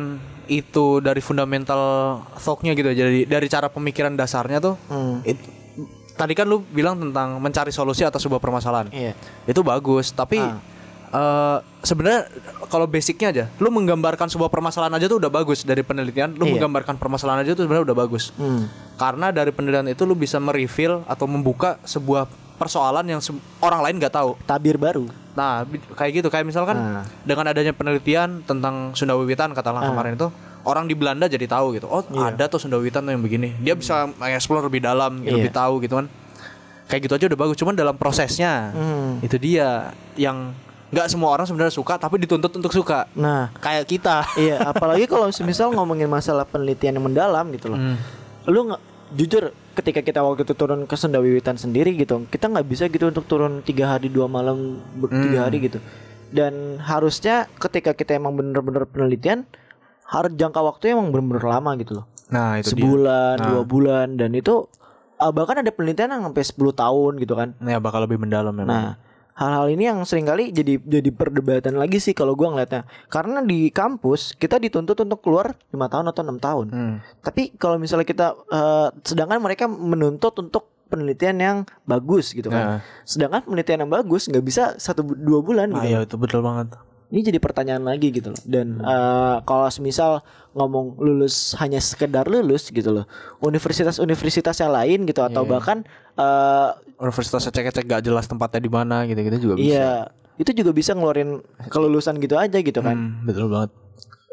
Speaker 2: itu dari fundamental thoughtnya gitu, jadi dari cara pemikiran dasarnya tuh.
Speaker 1: Hmm.
Speaker 2: it- tadi kan lu bilang tentang mencari solusi atas sebuah permasalahan.
Speaker 1: iya Ah.
Speaker 2: Itu bagus, tapi eh, sebenarnya kalau basicnya aja, lu menggambarkan sebuah permasalahan aja tuh udah bagus dari penelitian. Lu
Speaker 1: Iya.
Speaker 2: menggambarkan permasalahan aja tuh sebenarnya udah bagus.
Speaker 1: Hmm.
Speaker 2: Karena dari penelitian itu lu bisa mereveal atau membuka sebuah persoalan yang se- orang lain nggak tahu.
Speaker 1: tabir baru
Speaker 2: Nah, bi- kayak gitu. Kayak misalkan
Speaker 1: Ah.
Speaker 2: dengan adanya penelitian tentang Sunda Wiwitan katakanlah kemarin itu, orang di Belanda jadi tahu gitu. Oh, ada tuh Sunda Wiwitan tuh yang begini. Dia bisa mengeksplor lebih dalam,
Speaker 1: Iya.
Speaker 2: lebih tahu gitu kan. Kayak gitu aja udah bagus. Cuman dalam prosesnya
Speaker 1: Hmm.
Speaker 2: itu dia yang nggak semua orang sebenarnya suka tapi dituntut untuk suka.
Speaker 1: nah
Speaker 2: Kayak kita.
Speaker 1: Iya, apalagi kalau semisal ngomongin masalah penelitian yang mendalam gitu loh. Lu nggak jujur ketika kita waktu itu turun ke Sendawiwitan sendiri gitu, kita nggak bisa gitu untuk turun tiga hari dua malam ber- tiga hari gitu. Dan harusnya ketika kita emang bener-bener penelitian harus jangka waktunya emang bener-bener lama gitu loh.
Speaker 2: Nah, itu dia.
Speaker 1: Sebulan,
Speaker 2: Nah.
Speaker 1: dua bulan dan itu ah, bahkan ada penelitian yang sampai 10 tahun gitu kan.
Speaker 2: Ya bakal lebih mendalam memang.
Speaker 1: Nah, hal-hal ini yang seringkali jadi jadi perdebatan lagi sih kalau gua ngeliatnya. Karena di kampus kita dituntut untuk keluar lima tahun atau enam tahun.
Speaker 2: Hmm.
Speaker 1: Tapi kalau misalnya kita eh, sedangkan mereka menuntut untuk penelitian yang bagus gitu kan.
Speaker 2: Nah.
Speaker 1: Sedangkan penelitian yang bagus nggak bisa satu bu- dua bulan gitu.
Speaker 2: Ah, ya itu betul banget.
Speaker 1: Ini jadi pertanyaan lagi gitu loh. Dan
Speaker 2: Hmm.
Speaker 1: eh, kalau semisal ngomong lulus hanya sekedar lulus gitu loh. Universitas-universitas yang lain gitu
Speaker 2: Iya.
Speaker 1: atau bahkan eh,
Speaker 2: Universitas cek-cek gak jelas tempatnya di mana gitu-gitu juga bisa.
Speaker 1: iya itu juga bisa ngeluarin kelulusan gitu aja gitu kan.
Speaker 2: Hmm, betul banget. Hmm,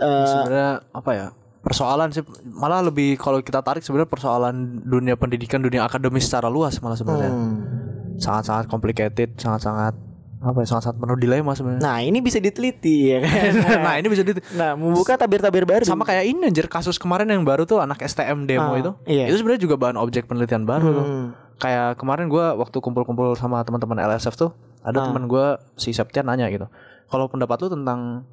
Speaker 1: Eh,
Speaker 2: Sebenarnya apa ya? Persoalan sih malah lebih kalau kita tarik sebenarnya persoalan dunia pendidikan, dunia akademis secara luas malah sebenarnya.
Speaker 1: Hmm.
Speaker 2: Sangat-sangat complicated, sangat-sangat apa ya? Sangat-sangat penuh dilema sebenarnya.
Speaker 1: nah, ini bisa diteliti ya kan.
Speaker 2: nah, ini bisa di
Speaker 1: nah, membuka tabir-tabir baru.
Speaker 2: sama kayak ini anjir kasus kemarin yang baru tuh anak STM demo itu.
Speaker 1: iya. Hmm.
Speaker 2: Itu sebenarnya juga bahan objek penelitian baru tuh. Kayak kemarin gua waktu kumpul-kumpul sama teman-teman LSF tuh,
Speaker 1: Ah.
Speaker 2: ada teman gua si Septian nanya gitu. Kalau pendapat lu tentang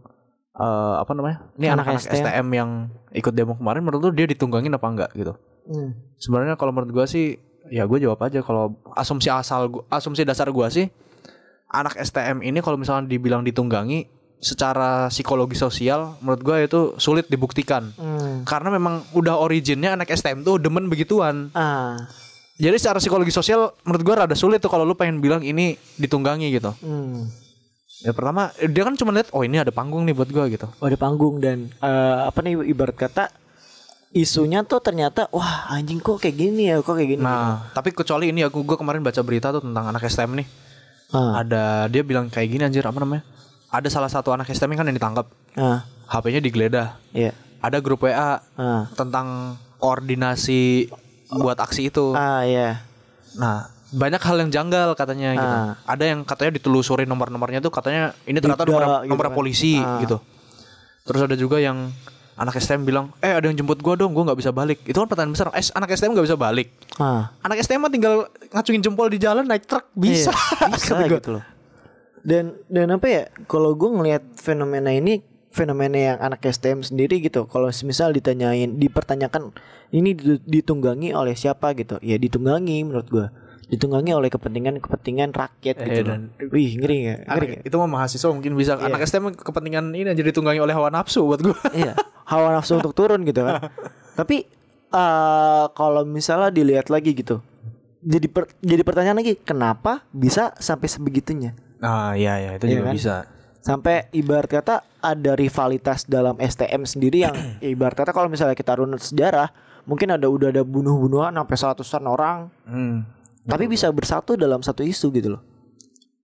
Speaker 2: eh, apa namanya? Ini
Speaker 1: Anak
Speaker 2: anak-anak STM.
Speaker 1: STM.
Speaker 2: yang ikut demo kemarin menurut lu dia ditunggangin apa enggak gitu.
Speaker 1: Hmm.
Speaker 2: Sebenarnya kalau menurut gua sih ya gue jawab aja kalau asumsi asal gua- asumsi dasar gua sih anak STM ini kalau misalnya dibilang ditunggangi secara psikologi sosial menurut gua itu sulit dibuktikan
Speaker 1: Hmm.
Speaker 2: karena memang udah originnya anak STM tuh demen begituan
Speaker 1: Ah.
Speaker 2: jadi secara psikologi sosial menurut gua rada sulit tuh kalau lu pengen bilang ini ditunggangi gitu
Speaker 1: Hmm.
Speaker 2: ya pertama eh, dia kan cuma lihat oh ini ada panggung nih buat gua gitu
Speaker 1: ada panggung dan eh, apa nih ibarat kata isunya tuh ternyata wah anjing kok kayak gini ya kok kayak gini
Speaker 2: nah tapi kecuali ini aku gua kemarin baca berita tuh tentang anak STM nih
Speaker 1: ah,
Speaker 2: ada dia bilang kayak gini anjir apa namanya ada salah satu anak STM kan yang ditangkap
Speaker 1: ah,
Speaker 2: HP-nya digeledah
Speaker 1: iya
Speaker 2: ada grup WA
Speaker 1: ah,
Speaker 2: tentang koordinasi buat aksi itu
Speaker 1: ah iya
Speaker 2: Nah, banyak hal yang janggal katanya gitu.
Speaker 1: Ah.
Speaker 2: Ada yang katanya ditelusuri nomor-nomornya tuh katanya ini ternyata
Speaker 1: Beda,
Speaker 2: nomor
Speaker 1: gitu
Speaker 2: nomor
Speaker 1: kan.
Speaker 2: polisi gitu. Terus ada juga yang anak STM bilang, "Eh, ada yang jemput gua dong, gua nggak bisa balik." Itu kan pertanyaan besar. Eh, anak STM nggak bisa balik.
Speaker 1: ah
Speaker 2: Anak STM mah tinggal ngacungin jempol di jalan naik truk bisa.
Speaker 1: Iya, bisa
Speaker 2: Kata gua.
Speaker 1: gitu loh dan dan apa ya kalau gue ngelihat fenomena ini fenomena yang anak STM sendiri gitu kalau semisal ditanyain dipertanyakan ini ditu- ditunggangi oleh siapa gitu ya ditunggangi menurut gue ditunggangi oleh kepentingan kepentingan rakyat gitu
Speaker 2: iya,
Speaker 1: loh.
Speaker 2: dan-
Speaker 1: wih ngeri ya ngeri
Speaker 2: Anak- itu mah mahasiswa mungkin bisa. Anak STM kepentingan ini aja ditunggangi oleh hawa nafsu buat gua.
Speaker 1: iya hawa nafsu untuk turun gitu kan tapi eh kalau misalnya dilihat lagi gitu jadi per- jadi pertanyaan lagi kenapa bisa sampai sebegitunya
Speaker 2: Nah, iya ya, itu
Speaker 1: Iya kan?
Speaker 2: bisa.
Speaker 1: sampai ibarat kata ada rivalitas dalam STM sendiri yang ibarat kata kalau misalnya kita runut sejarah mungkin ada udah ada bunuh-bunuhan sampai seratusan orang
Speaker 2: Hmm.
Speaker 1: tapi bisa bersatu dalam satu isu gitu loh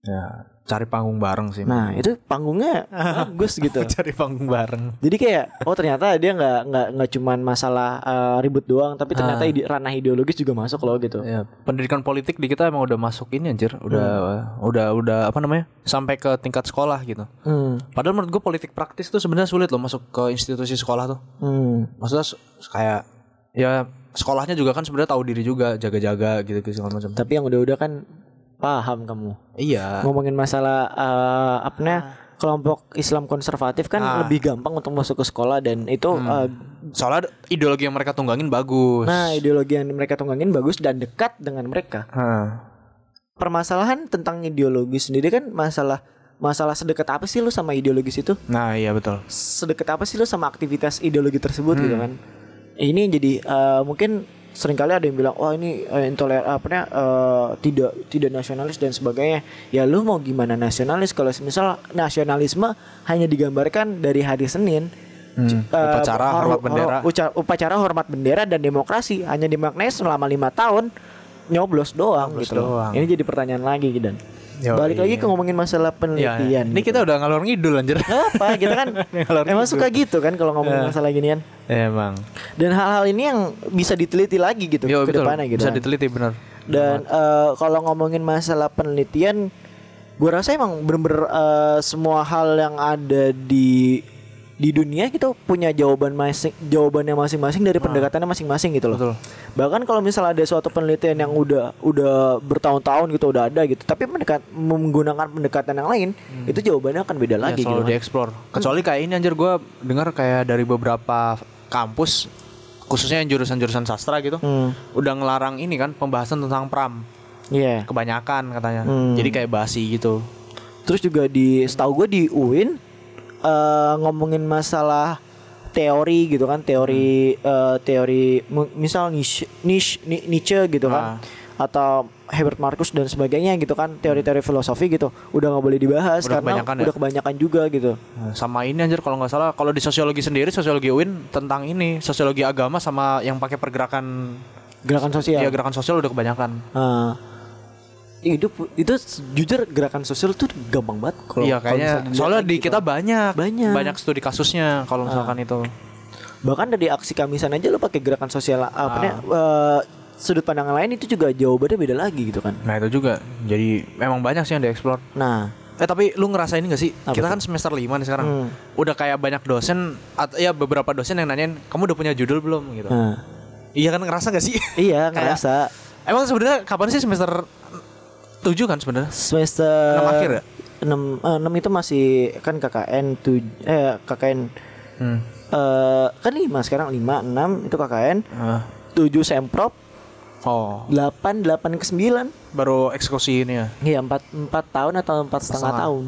Speaker 2: Ya, cari panggung bareng sih.
Speaker 1: nah itu panggungnya bagus gitu
Speaker 2: cari panggung bareng.
Speaker 1: Jadi kayak oh ternyata dia nggak nggak nggak cuman masalah eh, ribut doang tapi ternyata ide- ranah ideologis juga masuk loh gitu.
Speaker 2: Ya, pendidikan politik di kita emang udah masuk ini anjir, udah udah udah apa namanya? sampai ke tingkat sekolah gitu.
Speaker 1: Hmm.
Speaker 2: Padahal menurut gue politik praktis tuh sebenarnya sulit loh masuk ke institusi sekolah tuh.
Speaker 1: Hmm.
Speaker 2: Maksudnya se- kayak ya sekolahnya juga kan sebenarnya tahu diri juga, jaga-jaga gitu-gitu segala macam.
Speaker 1: Tapi yang udah-udah kan paham kamu.
Speaker 2: Iya.
Speaker 1: Ngomongin masalah eh, apa nih kelompok Islam konservatif kan lebih gampang untuk masuk ke sekolah dan itu eh,
Speaker 2: Soalnya ada- ideologi yang mereka tunggangin bagus.
Speaker 1: nah ideologi yang mereka tunggangin bagus dan dekat dengan mereka.
Speaker 2: Hah.
Speaker 1: Permasalahan tentang ideologi sendiri kan masalah masalah sedekat apa sih lu sama ideologis itu?
Speaker 2: Nah, iya betul.
Speaker 1: sedekat apa sih lo sama aktivitas ideologi tersebut
Speaker 2: Hmm.
Speaker 1: gitu kan ini yang jadi eh, mungkin seringkali ada yang bilang wah ini eh, intoler apa namanya, eh, tidak tidak nasionalis dan sebagainya ya lu mau gimana nasionalis kalau misal nasionalisme hanya digambarkan dari hari Senin
Speaker 2: Hmm.
Speaker 1: Eh,
Speaker 2: Upacara,
Speaker 1: hor-
Speaker 2: hormat
Speaker 1: hor-
Speaker 2: bendera.
Speaker 1: uca- upacara hormat bendera dan demokrasi hanya dimaknai selama lima tahun nyoblos doang gitu loh.
Speaker 2: doang.
Speaker 1: ini jadi pertanyaan lagi dan
Speaker 2: Yo,
Speaker 1: balik lagi ke ngomongin masalah
Speaker 2: Iya.
Speaker 1: penelitian
Speaker 2: Ini
Speaker 1: gitu.
Speaker 2: kita udah ngalor ngidul anjir.
Speaker 1: apa kita kan
Speaker 2: Ngalor Iya.
Speaker 1: emang suka gitu kan kalau ngomongin masalah ginian
Speaker 2: Emang.
Speaker 1: dan hal-hal ini yang bisa diteliti lagi gitu ke
Speaker 2: Yo, Iya, betul.
Speaker 1: depannya gitu
Speaker 2: Bisa
Speaker 1: kan.
Speaker 2: diteliti benar.
Speaker 1: dan eh, kalau ngomongin masalah penelitian gua rasa emang bener-bener eh, semua hal yang ada di di dunia gitu punya jawaban masing jawabannya masing-masing dari pendekatannya masing-masing gitu loh
Speaker 2: Nah. Betul.
Speaker 1: bahkan kalau misal ada suatu penelitian yang udah udah bertahun-tahun gitu udah ada gitu tapi mendekat menggunakan pendekatan yang lain
Speaker 2: Hmm.
Speaker 1: itu jawabannya akan beda lagi
Speaker 2: ya, selalu
Speaker 1: gitu kan.
Speaker 2: dieksplor. Kecuali kayak ini anjir gue dengar kayak dari beberapa kampus khususnya yang jurusan-jurusan sastra gitu
Speaker 1: Hmm.
Speaker 2: udah ngelarang ini kan pembahasan tentang pram
Speaker 1: Iya.
Speaker 2: kebanyakan katanya.
Speaker 1: Hmm.
Speaker 2: Jadi kayak basi gitu.
Speaker 1: Terus juga di setahu gue di UIN eh, ngomongin masalah teori gitu kan, teori eh,
Speaker 2: Hmm.
Speaker 1: teori mu- misal Nietzsche, Nietzsche, Ni- Nietzsche gitu kan.
Speaker 2: Ah.
Speaker 1: Atau Herbert Marcus dan sebagainya gitu kan teori-teori filosofi gitu udah nggak boleh dibahas
Speaker 2: Hmm. Udah
Speaker 1: karena
Speaker 2: kebanyakan ya? Ah.
Speaker 1: udah kebanyakan juga gitu
Speaker 2: Sama ini anjir kalau nggak salah kalau di sosiologi sendiri sosiologi UIN tentang ini sosiologi agama sama yang pakai pergerakan
Speaker 1: gerakan sosial
Speaker 2: ya gerakan sosial udah kebanyakan.
Speaker 1: Eh, itu itu jujur gerakan sosial tuh gampang banget kalau
Speaker 2: Iya
Speaker 1: kalau
Speaker 2: kayaknya
Speaker 1: misalnya dilihat
Speaker 2: soalnya
Speaker 1: lagi
Speaker 2: di
Speaker 1: gitu
Speaker 2: kita banyak
Speaker 1: Banyak. Ah.
Speaker 2: banyak studi kasusnya kalau misalkan itu.
Speaker 1: bahkan dari aksi kamisan aja lo pakai gerakan sosial
Speaker 2: Ah.
Speaker 1: apa nih eh, sudut pandangan lain itu juga jawabannya beda lagi gitu kan
Speaker 2: Nah, itu juga. Jadi memang banyak sih yang dieksplor.
Speaker 1: nah
Speaker 2: Eh tapi lu ngerasain gak sih?
Speaker 1: Apa
Speaker 2: kita
Speaker 1: tuh?
Speaker 2: kan semester 5 nih sekarang.
Speaker 1: Hmm.
Speaker 2: Udah kayak banyak dosen atau ya beberapa dosen yang nanyain, "Kamu udah punya judul belum?" gitu.
Speaker 1: nah,
Speaker 2: Iya kan ngerasa gak sih?
Speaker 1: iya
Speaker 2: Kayak-
Speaker 1: ngerasa
Speaker 2: Emang sebenarnya kapan sih semester 7 kan sebenarnya?
Speaker 1: semester
Speaker 2: Enam akhir ya?
Speaker 1: 6, itu masih kan KKN tuj eh KKN
Speaker 2: Hmm.
Speaker 1: eh kan 5 sekarang 5 6 itu KKN 7 semprop
Speaker 2: Ah. Oh,
Speaker 1: 8 8 ke 9
Speaker 2: baru eksekusi ini ya.
Speaker 1: Iya 4 4 tahun atau 4 setengah
Speaker 2: Setengah.
Speaker 1: tahun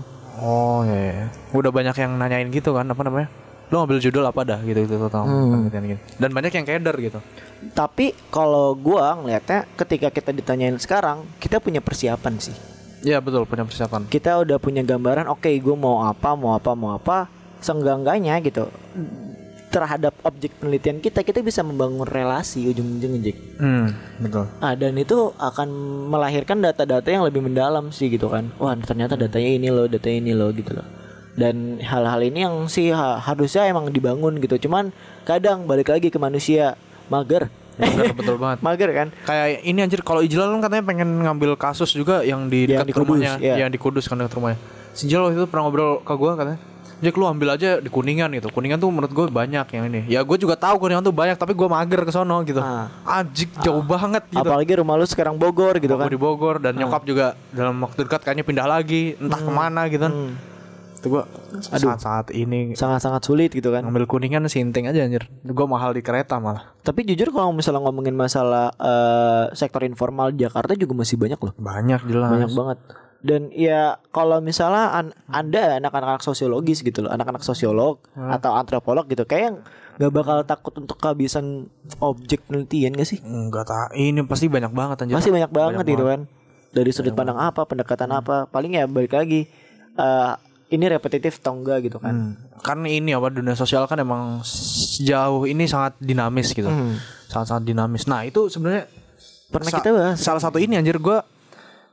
Speaker 2: Oh, iya, iya. Udah banyak yang nanyain gitu kan, apa namanya? Lu ngambil judul apa dah Gitu, gitu-gitu tentang
Speaker 1: Hmm.
Speaker 2: penelitian gitu. Dan banyak yang keder gitu.
Speaker 1: Tapi kalau gua ngelihatnya ketika kita ditanyain sekarang Kita punya persiapan sih
Speaker 2: Iya, betul, punya persiapan.
Speaker 1: kita udah punya gambaran oke gue mau apa mau apa mau apa senggangganya gitu terhadap objek penelitian kita kita bisa membangun relasi ujung-ujungnya Jack.
Speaker 2: Hmm, betul.
Speaker 1: Ah, dan itu akan melahirkan data-data yang lebih mendalam sih gitu kan wah ternyata datanya ini loh datanya ini loh gitu loh dan hal-hal ini yang sih ha- harusnya emang dibangun gitu cuman kadang balik lagi ke manusia mager
Speaker 2: Bener, betul banget.
Speaker 1: mager kan
Speaker 2: Kayak ini anjir kalau Ijlal kan katanya pengen ngambil kasus juga yang di
Speaker 1: Yang
Speaker 2: dekat
Speaker 1: di Kudus,
Speaker 2: rumahnya,
Speaker 1: iya.
Speaker 2: yang di Kudus kan dekat rumahnya. Si Ijlal waktu itu pernah ngobrol ke gua katanya, Jack lu ambil aja di Kuningan gitu. Kuningan tuh menurut gue banyak yang ini. Ya gue juga tahu Kuningan tuh banyak tapi gua mager ke sono gitu.
Speaker 1: Ah.
Speaker 2: Anjing jauh banget gitu.
Speaker 1: apalagi rumah lu sekarang Bogor gitu kan
Speaker 2: Gua di Bogor dan nyokap juga dalam waktu dekat kayaknya pindah lagi, entah
Speaker 1: Hmm.
Speaker 2: kemana gitu kan. Itu gua saat saat ini
Speaker 1: sangat-sangat sulit gitu kan
Speaker 2: ngambil Kuningan sinting aja anjir. Gua mahal di kereta malah.
Speaker 1: Tapi jujur kalau misalnya ngomongin masalah eh, sektor informal di Jakarta juga masih banyak loh.
Speaker 2: Banyak jelas.
Speaker 1: Banyak banget. Dan ya kalau misalnya an- Anda anak-anak sosiologis gitu loh, anak-anak sosiolog atau antropolog gitu kayak nggak bakal takut untuk kehabisan objek penelitian gak sih?
Speaker 2: Enggak tak ini pasti banyak banget anjir.
Speaker 1: Masih banyak banget gitu kan. Dari sudut pandang apa, pendekatan apa, paling ya balik lagi eh, ini repetitif atau enggak gitu kan.
Speaker 2: kan ini apa dunia sosial kan emang sejauh ini sangat dinamis gitu sangat sangat dinamis nah itu sebenarnya
Speaker 1: Hmm. Pernah
Speaker 2: sa-
Speaker 1: kita bahas.
Speaker 2: salah satu ini anjir gue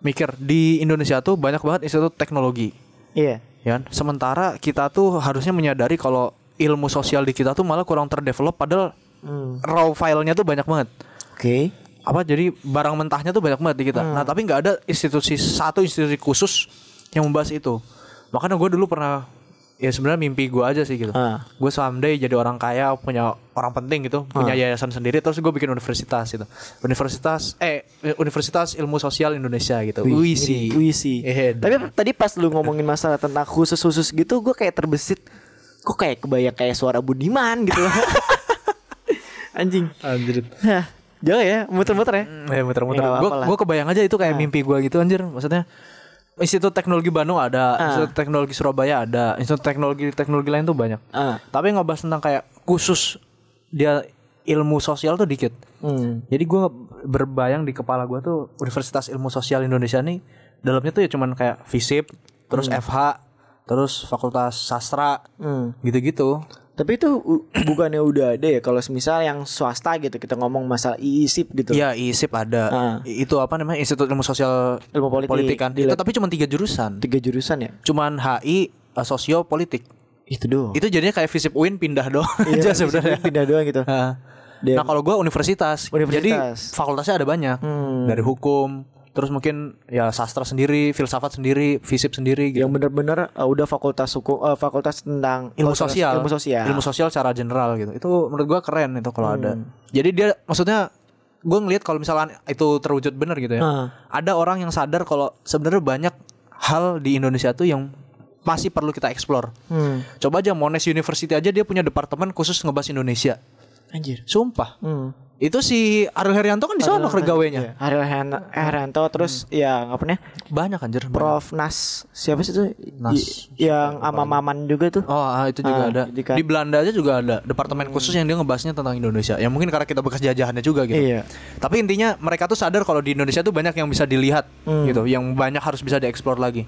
Speaker 2: mikir di Indonesia tuh banyak banget institut teknologi
Speaker 1: Iya.
Speaker 2: ya kan? sementara kita tuh harusnya menyadari kalau ilmu sosial di kita tuh malah kurang terdevelop padahal
Speaker 1: Hmm.
Speaker 2: raw filenya tuh banyak banget
Speaker 1: Oke.
Speaker 2: apa jadi barang mentahnya tuh banyak banget di kita. Nah tapi nggak ada institusi satu institusi khusus yang membahas itu. Makanya gue dulu pernah ya sebenarnya mimpi gue aja sih gitu.
Speaker 1: Ah.
Speaker 2: Gue someday jadi orang kaya punya orang penting gitu punya yayasan sendiri terus gue bikin universitas gitu. Universitas eh Universitas Ilmu Sosial Indonesia gitu. UISI.
Speaker 1: Puisi.
Speaker 2: Eh,
Speaker 1: Tapi tadi pas lu ngomongin masalah tentang khusus-khusus gitu, gue kayak terbesit. Kok kayak kebayang kayak suara Budiman gitu. Anjing.
Speaker 2: Anjir.
Speaker 1: Hah, Jauh ya, muter-muter ya.
Speaker 2: Eh muter-muter.
Speaker 1: Ya, nggak
Speaker 2: Gue
Speaker 1: apa-apa lah.
Speaker 2: gue kebayang aja itu kayak mimpi gue gitu anjir. Maksudnya Institut Teknologi Bandung ada, Institut Teknologi Surabaya ada, Institut Teknologi teknologi lain tuh banyak.
Speaker 1: Ah.
Speaker 2: Tapi ngebahas tentang kayak khusus dia ilmu sosial tuh dikit.
Speaker 1: Hmm.
Speaker 2: Jadi gue berbayang di kepala gue tuh Universitas Ilmu Sosial Indonesia nih dalamnya tuh ya cuman kayak FISIP, terus FH, terus Fakultas Sastra,
Speaker 1: Hmm.
Speaker 2: gitu-gitu.
Speaker 1: Tapi itu u- bukannya udah ada ya kalau semisal yang swasta gitu kita ngomong masalah IISIP gitu.
Speaker 2: Iya ISIP ada.
Speaker 1: Ah.
Speaker 2: I- Itu apa namanya Institut Ilmu Sosial
Speaker 1: Ilmu politik.
Speaker 2: kan.
Speaker 1: Di
Speaker 2: Itu tapi cuma tiga jurusan.
Speaker 1: Tiga jurusan ya.
Speaker 2: Cuman HI, eh, sosio, politik.
Speaker 1: Itu doang.
Speaker 2: Itu jadinya kayak FISIP UIN pindah doang
Speaker 1: Oh. Iya,
Speaker 2: aja sebenarnya.
Speaker 1: pindah doang gitu.
Speaker 2: Ah.
Speaker 1: Dan-
Speaker 2: Nah kalau gue universitas, jadi
Speaker 1: Universitas.
Speaker 2: fakultasnya ada banyak
Speaker 1: hmm,
Speaker 2: dari hukum, terus mungkin ya sastra sendiri, filsafat sendiri, fisip sendiri, gitu.
Speaker 1: yang benar-benar uh, udah fakultas hukum eh, fakultas tentang
Speaker 2: ilmu
Speaker 1: fakultas-
Speaker 2: sosial,
Speaker 1: ilmu sosial.
Speaker 2: Hmm. ilmu sosial secara general gitu. Itu menurut gue keren itu kalau ada. Jadi dia maksudnya gue ngelihat kalau misalnya itu terwujud bener gitu ya.
Speaker 1: Ah.
Speaker 2: Ada orang yang sadar kalau sebenarnya banyak hal di Indonesia tuh yang masih perlu kita explore.
Speaker 1: Hmm.
Speaker 2: Coba aja Monash University aja dia punya departemen khusus ngebahas Indonesia.
Speaker 1: Anjir.
Speaker 2: Sumpah.
Speaker 1: Hmm.
Speaker 2: Itu si Ariel Herianto kan di sono kergawenya.
Speaker 1: Iya. Ariel Hen- Herhanto
Speaker 2: Hmm.
Speaker 1: terus ya apa nih?
Speaker 2: Banyak anjir. banyak.
Speaker 1: Prof Nas siapa sih itu?
Speaker 2: Nas.
Speaker 1: Y- yang ama Maman juga tuh.
Speaker 2: Oh, ah, itu juga
Speaker 1: Ah,
Speaker 2: ada.
Speaker 1: jadi kan-
Speaker 2: Di Belanda aja juga ada departemen khusus yang dia ngebahasnya tentang Indonesia. Ya mungkin karena kita bekas jajahannya juga gitu.
Speaker 1: Iya.
Speaker 2: Tapi intinya mereka tuh sadar kalau di Indonesia tuh banyak yang bisa dilihat
Speaker 1: Hmm.
Speaker 2: gitu, yang banyak harus bisa dieksplor lagi.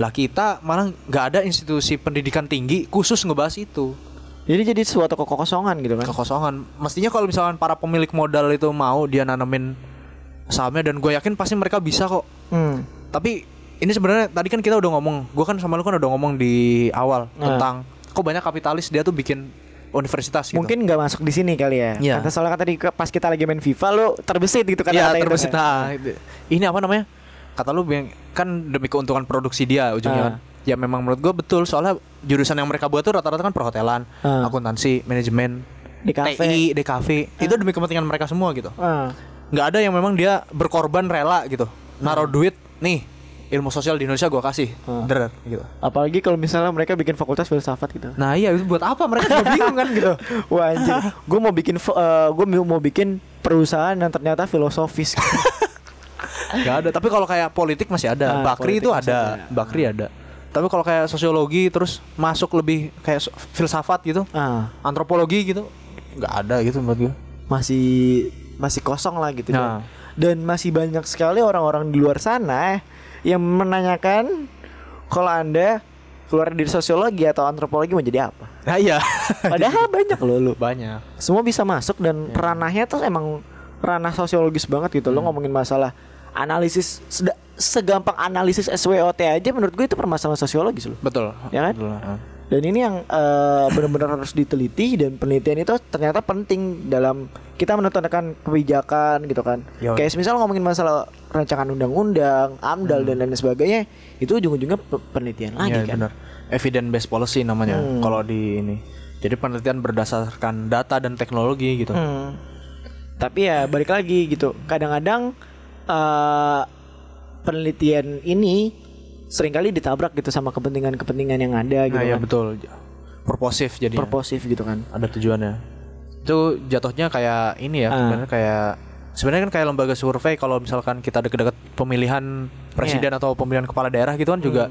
Speaker 2: Lah kita malah nggak ada institusi pendidikan tinggi khusus ngebahas itu.
Speaker 1: Jadi jadi suatu kekosongan gitu kan.
Speaker 2: Kekosongan. Mestinya kalau misalkan para pemilik modal itu mau dia nanamin sahamnya dan gue yakin pasti mereka bisa kok.
Speaker 1: Hmm.
Speaker 2: Tapi ini sebenarnya tadi kan kita udah ngomong, gue kan sama lu kan udah ngomong di awal
Speaker 1: Nah.
Speaker 2: tentang kok banyak kapitalis dia tuh bikin universitas gitu.
Speaker 1: Mungkin nggak masuk di sini kali ya.
Speaker 2: Iya.
Speaker 1: Kata soalnya kan tadi ke- pas kita lagi main FIFA lu terbesit gitu kan.
Speaker 2: Iya
Speaker 1: kata itu
Speaker 2: terbesit.
Speaker 1: kan.
Speaker 2: Nah, itu. ini apa namanya? Kata lu bilang, kan demi keuntungan produksi dia ujungnya
Speaker 1: Ah.
Speaker 2: kan. Ya memang menurut gue betul soalnya jurusan yang mereka buat tuh rata-rata kan perhotelan,
Speaker 1: Ah.
Speaker 2: akuntansi, manajemen,
Speaker 1: Di kafe.
Speaker 2: TI, DKV. Itu demi kepentingan mereka semua gitu.
Speaker 1: Ah.
Speaker 2: nggak ada yang memang dia berkorban rela gitu naruh
Speaker 1: Ah.
Speaker 2: duit nih ilmu sosial di Indonesia gua kasih der gitu
Speaker 1: Apalagi kalau misalnya mereka bikin fakultas filsafat gitu.
Speaker 2: nah iya itu buat apa mereka juga bingung kan gitu
Speaker 1: Wah anjir, gue mau bikin gue mau bikin perusahaan yang ternyata filosofis.
Speaker 2: nggak ada tapi kalau kayak Nah, politik masih ada
Speaker 1: Ah,
Speaker 2: bakri
Speaker 1: politik
Speaker 2: itu
Speaker 1: masih
Speaker 2: ada Hmm.
Speaker 1: ada.
Speaker 2: bakri ada tapi kalau kayak sosiologi terus masuk lebih kayak so- filsafat gitu
Speaker 1: ah,
Speaker 2: antropologi gitu nggak ada gitu menurut gue
Speaker 1: masih masih kosong lah gitu
Speaker 2: Nah.
Speaker 1: kan. Dan masih banyak sekali orang-orang di luar sana eh, yang menanyakan kalau anda keluar dari sosiologi atau antropologi mau jadi apa?
Speaker 2: nah iya
Speaker 1: Padahal banyak loh lu.
Speaker 2: banyak
Speaker 1: Semua bisa masuk dan ranahnya tuh emang ranah sosiologis banget gitu. Lo ngomongin masalah analisis seda- segampang analisis SWOT aja menurut gue itu permasalahan sosiologis loh.
Speaker 2: betul
Speaker 1: Ya kan?
Speaker 2: Betul, ah.
Speaker 1: Dan ini yang eh, benar-benar harus diteliti dan penelitian itu ternyata penting dalam kita menentukan kebijakan gitu kan.
Speaker 2: Yo.
Speaker 1: Kayak misal ngomongin masalah rancangan undang-undang, AMDAL dan lain sebagainya, itu ujung-ujungnya pe- penelitian lagi
Speaker 2: Hmm. Iya
Speaker 1: kan.
Speaker 2: benar. Evidence based policy namanya kalau di ini. Jadi penelitian berdasarkan data dan teknologi gitu.
Speaker 1: Hmm. Tapi ya balik lagi gitu. Kadang-kadang eh, penelitian ini seringkali ditabrak gitu sama kepentingan-kepentingan yang ada gitu
Speaker 2: Nah, iya
Speaker 1: kan.
Speaker 2: betul. Purposif jadi.
Speaker 1: Purposif gitu kan.
Speaker 2: ada tujuannya. Itu jatuhnya kayak ini ya, sebenarnya kayak sebenarnya kan kayak lembaga survei kalau misalkan kita deket-deket pemilihan presiden atau pemilihan kepala daerah gitu kan juga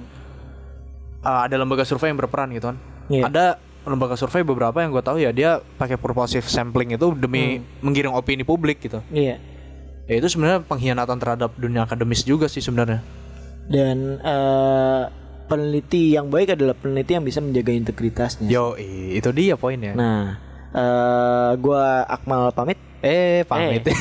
Speaker 2: uh, ada lembaga survei yang berperan gitu kan.
Speaker 1: Iya.
Speaker 2: Ada lembaga survei beberapa yang gue tahu ya dia pakai purposive sampling itu demi menggiring opini publik gitu.
Speaker 1: Iya.
Speaker 2: ya itu sebenarnya pengkhianatan terhadap dunia akademis juga sih sebenarnya
Speaker 1: dan eh, peneliti yang baik adalah peneliti yang bisa menjaga integritasnya.
Speaker 2: yo i, itu dia poinnya
Speaker 1: Nah, eh gua Akmal pamit.
Speaker 2: eh pamit
Speaker 1: Eh.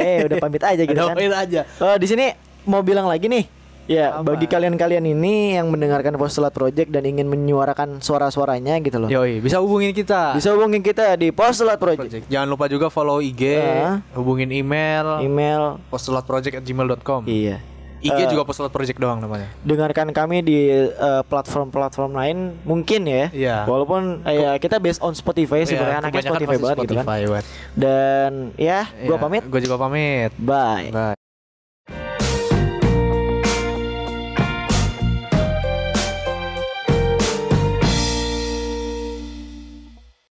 Speaker 1: eh, udah pamit aja gitu
Speaker 2: Udah
Speaker 1: kan.
Speaker 2: pamit aja.
Speaker 1: Eh, di sini mau bilang lagi nih. Ya, bagi kalian-kalian ini yang mendengarkan Postulat Project dan ingin menyuarakan suara-suaranya gitu loh.
Speaker 2: yo i, bisa hubungin kita
Speaker 1: Bisa hubungin kita di Postulat Project.
Speaker 2: Project. jangan lupa juga follow IG
Speaker 1: Ah.
Speaker 2: hubungin email
Speaker 1: Email
Speaker 2: postulatproject@gmail.com
Speaker 1: iya.
Speaker 2: IG juga postulatproject doang namanya
Speaker 1: Dengarkan kami di eh, platform-platform lain mungkin ya.
Speaker 2: Iya.
Speaker 1: Walaupun eh, ya, kita based on Spotify sebenarnya anaknya
Speaker 2: Ya, kebanyakan
Speaker 1: Spotify
Speaker 2: pasti
Speaker 1: banget gitu kan.
Speaker 2: Spotify, buat.
Speaker 1: Dan ya, gua
Speaker 2: Ya,
Speaker 1: pamit.
Speaker 2: gua juga pamit
Speaker 1: Bye.
Speaker 2: bye